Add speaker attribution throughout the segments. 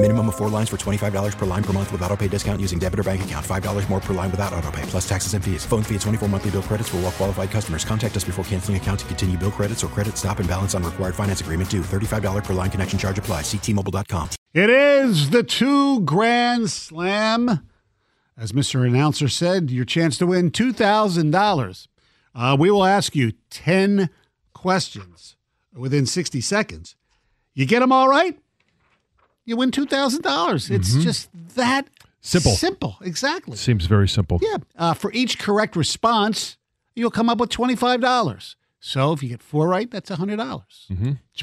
Speaker 1: Minimum of four lines for $25 per line per month with auto pay discount using debit or bank account. $5 more per line without auto pay, plus taxes and fees. Phone fee at 24 monthly bill credits for all well qualified customers. Contact us before canceling account to continue bill credits or credit stop and balance on required finance agreement due. $35 per line connection charge applies. Ctmobile.com.
Speaker 2: It is the two grand slam. As Mr. Announcer said, your chance to win $2,000. Uh, we will ask you 10 questions within 60 seconds. You get them all right, you win $2,000. dollars It's just that
Speaker 3: Simple.
Speaker 2: Simple, exactly.
Speaker 3: Seems very simple.
Speaker 2: Yeah. Uh, for each correct response, you'll come up with $25. So if you get four right, that's $100. dollars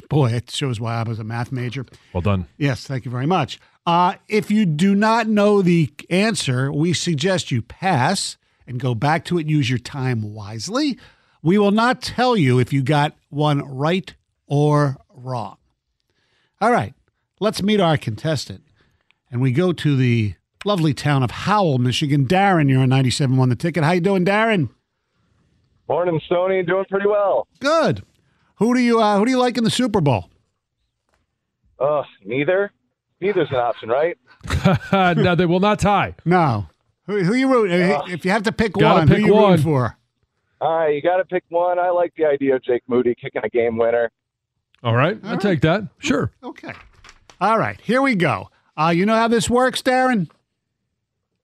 Speaker 2: Boy, it shows why I was a math major.
Speaker 3: Well done.
Speaker 2: Yes, thank you very much. Uh, if you do not know the answer, we suggest you pass and go back to it. Use your time wisely. We will not tell you if you got one right or wrong. All right, let's meet our contestant. And we go to the lovely town of Howell, Michigan. Darren, you're on 97 on the ticket. How you doing, Darren?
Speaker 4: Morning, Stoney. Doing pretty well.
Speaker 2: Good. Who do you uh, who do you like in the Super Bowl?
Speaker 4: Ugh, neither. Neither's an option, right?
Speaker 3: Uh, no, they will not tie.
Speaker 2: No. Who, who you rooting? if you have to pick
Speaker 3: Uh, Gotta
Speaker 2: one,
Speaker 3: pick
Speaker 2: who you
Speaker 3: one.
Speaker 2: rooting for?
Speaker 4: All right, you got to pick one. I like the idea of Jake Moody kicking a game winner.
Speaker 3: All right. I take that. Sure.
Speaker 2: Okay. All right. Here we go. Uh, you know how this works, Darren?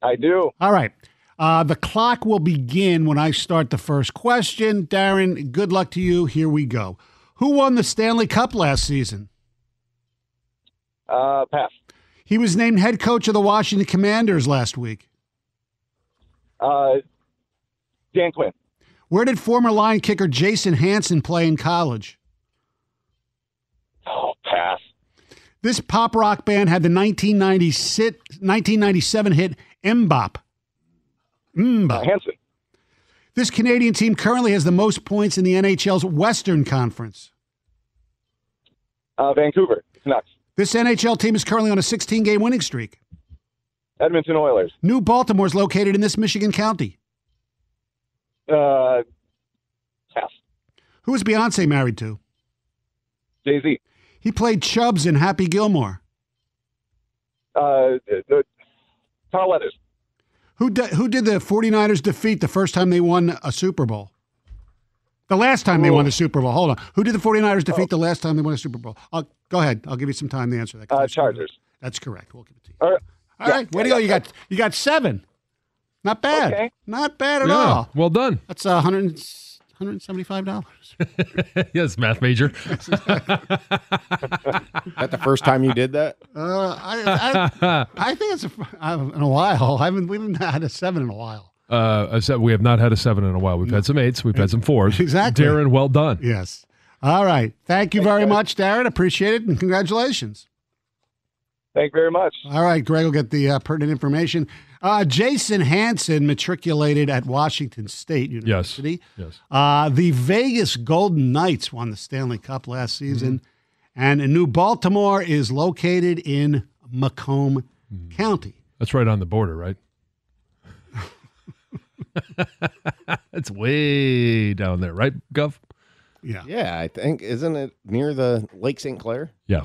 Speaker 4: I do.
Speaker 2: All right. Uh, the clock will begin when I start the first question. Darren, good luck to you. Here we go. Who won the Stanley Cup last season?
Speaker 4: Uh, pass.
Speaker 2: He was named head coach of the Washington Commanders last week.
Speaker 4: Uh, Dan Quinn.
Speaker 2: Where did former line kicker Jason Hanson play in college?
Speaker 4: Oh, pass.
Speaker 2: This pop rock band had the 1996 1997 hit Mbop.
Speaker 5: Hmm.
Speaker 4: Uh,
Speaker 2: Mbop.
Speaker 4: Hanson.
Speaker 2: This Canadian team currently has the most points in the NHL's Western Conference.
Speaker 4: Uh, Vancouver. Canucks.
Speaker 2: This NHL team is currently on a 16 game winning streak.
Speaker 4: Edmonton Oilers.
Speaker 2: New Baltimore is located in this Michigan county.
Speaker 4: Uh, pass.
Speaker 2: Who is Beyonce married to?
Speaker 4: Jay Z.
Speaker 2: He played Chubbs in Happy Gilmore.
Speaker 4: Uh, the Carl Letters.
Speaker 2: Who, di- who did the 49ers defeat the first time they won a Super Bowl? The last time they
Speaker 4: Oh.
Speaker 2: won the Super Bowl. Hold on. Who did the 49ers defeat the last time they won a Super Bowl? I'll, go ahead. I'll give you some time to answer that. 'cause
Speaker 4: Uh,
Speaker 2: I'm sure you-
Speaker 4: Chargers.
Speaker 2: That's correct. We'll give it to you.
Speaker 4: All right.
Speaker 2: All right. Way to go. You got you got seven. Not bad.
Speaker 4: Okay.
Speaker 2: Not bad at
Speaker 3: Yeah.
Speaker 2: all.
Speaker 3: Well done.
Speaker 2: That's uh, 100, and s- $175.
Speaker 3: yes, math major.
Speaker 5: that the first time you did that?
Speaker 2: Uh, I, I, I think it's a, uh, in a while. I haven't, we haven't had a seven in a while.
Speaker 3: Uh, I said we have not had a seven in a while. We've had some eights. We've had some fours.
Speaker 2: Exactly.
Speaker 3: Darren, well done.
Speaker 2: Yes. All right. Thank you very much, Darren. Appreciate it, and congratulations.
Speaker 4: Thank you very much.
Speaker 2: All right, Greg will get the uh, pertinent information. Uh, Jason Hanson matriculated at Washington State
Speaker 3: Yes.
Speaker 2: University.
Speaker 3: Yes.
Speaker 2: Uh, the Vegas Golden Knights won the Stanley Cup last season,
Speaker 3: Mm-hmm.
Speaker 2: and New Baltimore is located in Macomb
Speaker 3: Mm-hmm.
Speaker 2: County.
Speaker 3: That's right on the border, right? That's way down there, right, Gov?
Speaker 2: Yeah.
Speaker 5: Yeah, I think isn't it near the Lake St. Clair?
Speaker 3: Yeah.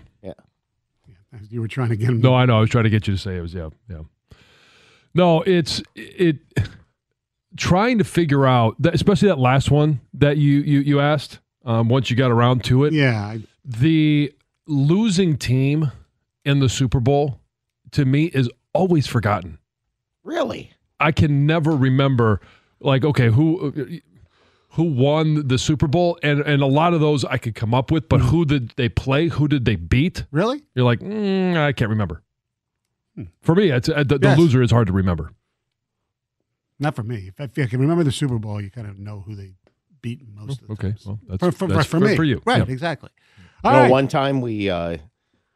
Speaker 2: You were trying to get him.
Speaker 3: No, I know. I was trying to get you to say it was yeah, yeah. No, it's it trying to figure out that, especially that last one that you you you asked. Um, once you got around to it,
Speaker 2: Yeah. I-
Speaker 3: the losing team in the Super Bowl to me is always forgotten.
Speaker 5: Really?
Speaker 3: I can never remember like okay who who won the Super Bowl and and a lot of those I could come up with, but who did they play? Who did they beat?
Speaker 2: Really?
Speaker 3: You're like mm, I can't remember. For me, it's uh, the, the
Speaker 2: Hmm. Yes.
Speaker 3: loser is hard to remember.
Speaker 2: Not for me. If I, if I can remember the Super Bowl, you kind of know who they beat most of the
Speaker 3: Okay,
Speaker 2: times.
Speaker 3: well that's
Speaker 2: for, for,
Speaker 3: that's
Speaker 2: for
Speaker 3: good
Speaker 2: me.
Speaker 3: for you,
Speaker 2: Right,
Speaker 3: Yeah.
Speaker 2: exactly.
Speaker 5: You
Speaker 2: All
Speaker 5: know,
Speaker 2: right.
Speaker 5: one time we, uh,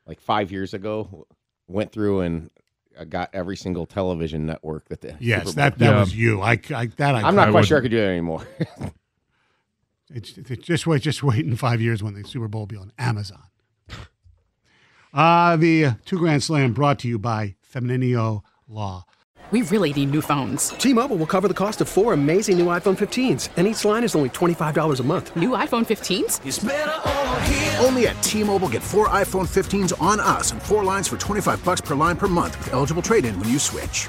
Speaker 5: like five years ago, went through and uh, got every single television network that the Super
Speaker 2: yes,
Speaker 5: Bowl-
Speaker 2: that, that
Speaker 3: Yeah.
Speaker 2: was you. I, I that I,
Speaker 5: I'm not
Speaker 3: I
Speaker 5: quite
Speaker 3: would-
Speaker 5: sure I could do that anymore.
Speaker 2: It's, it's just wait, just wait in five years when the Super Bowl will be on Amazon. Uh, the Two Grand Slam brought to you by Femininio Law.
Speaker 6: We really need new phones.
Speaker 7: T-Mobile will cover the cost of four amazing new iPhone 15s, and each line is only $25 a month.
Speaker 6: New iPhone 15s?
Speaker 8: Only at T-Mobile, get four iPhone 15s on us and four lines for 25 bucks per line per month with eligible trade-in when you switch.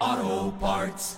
Speaker 9: oh, O'Reilly. Auto Parts.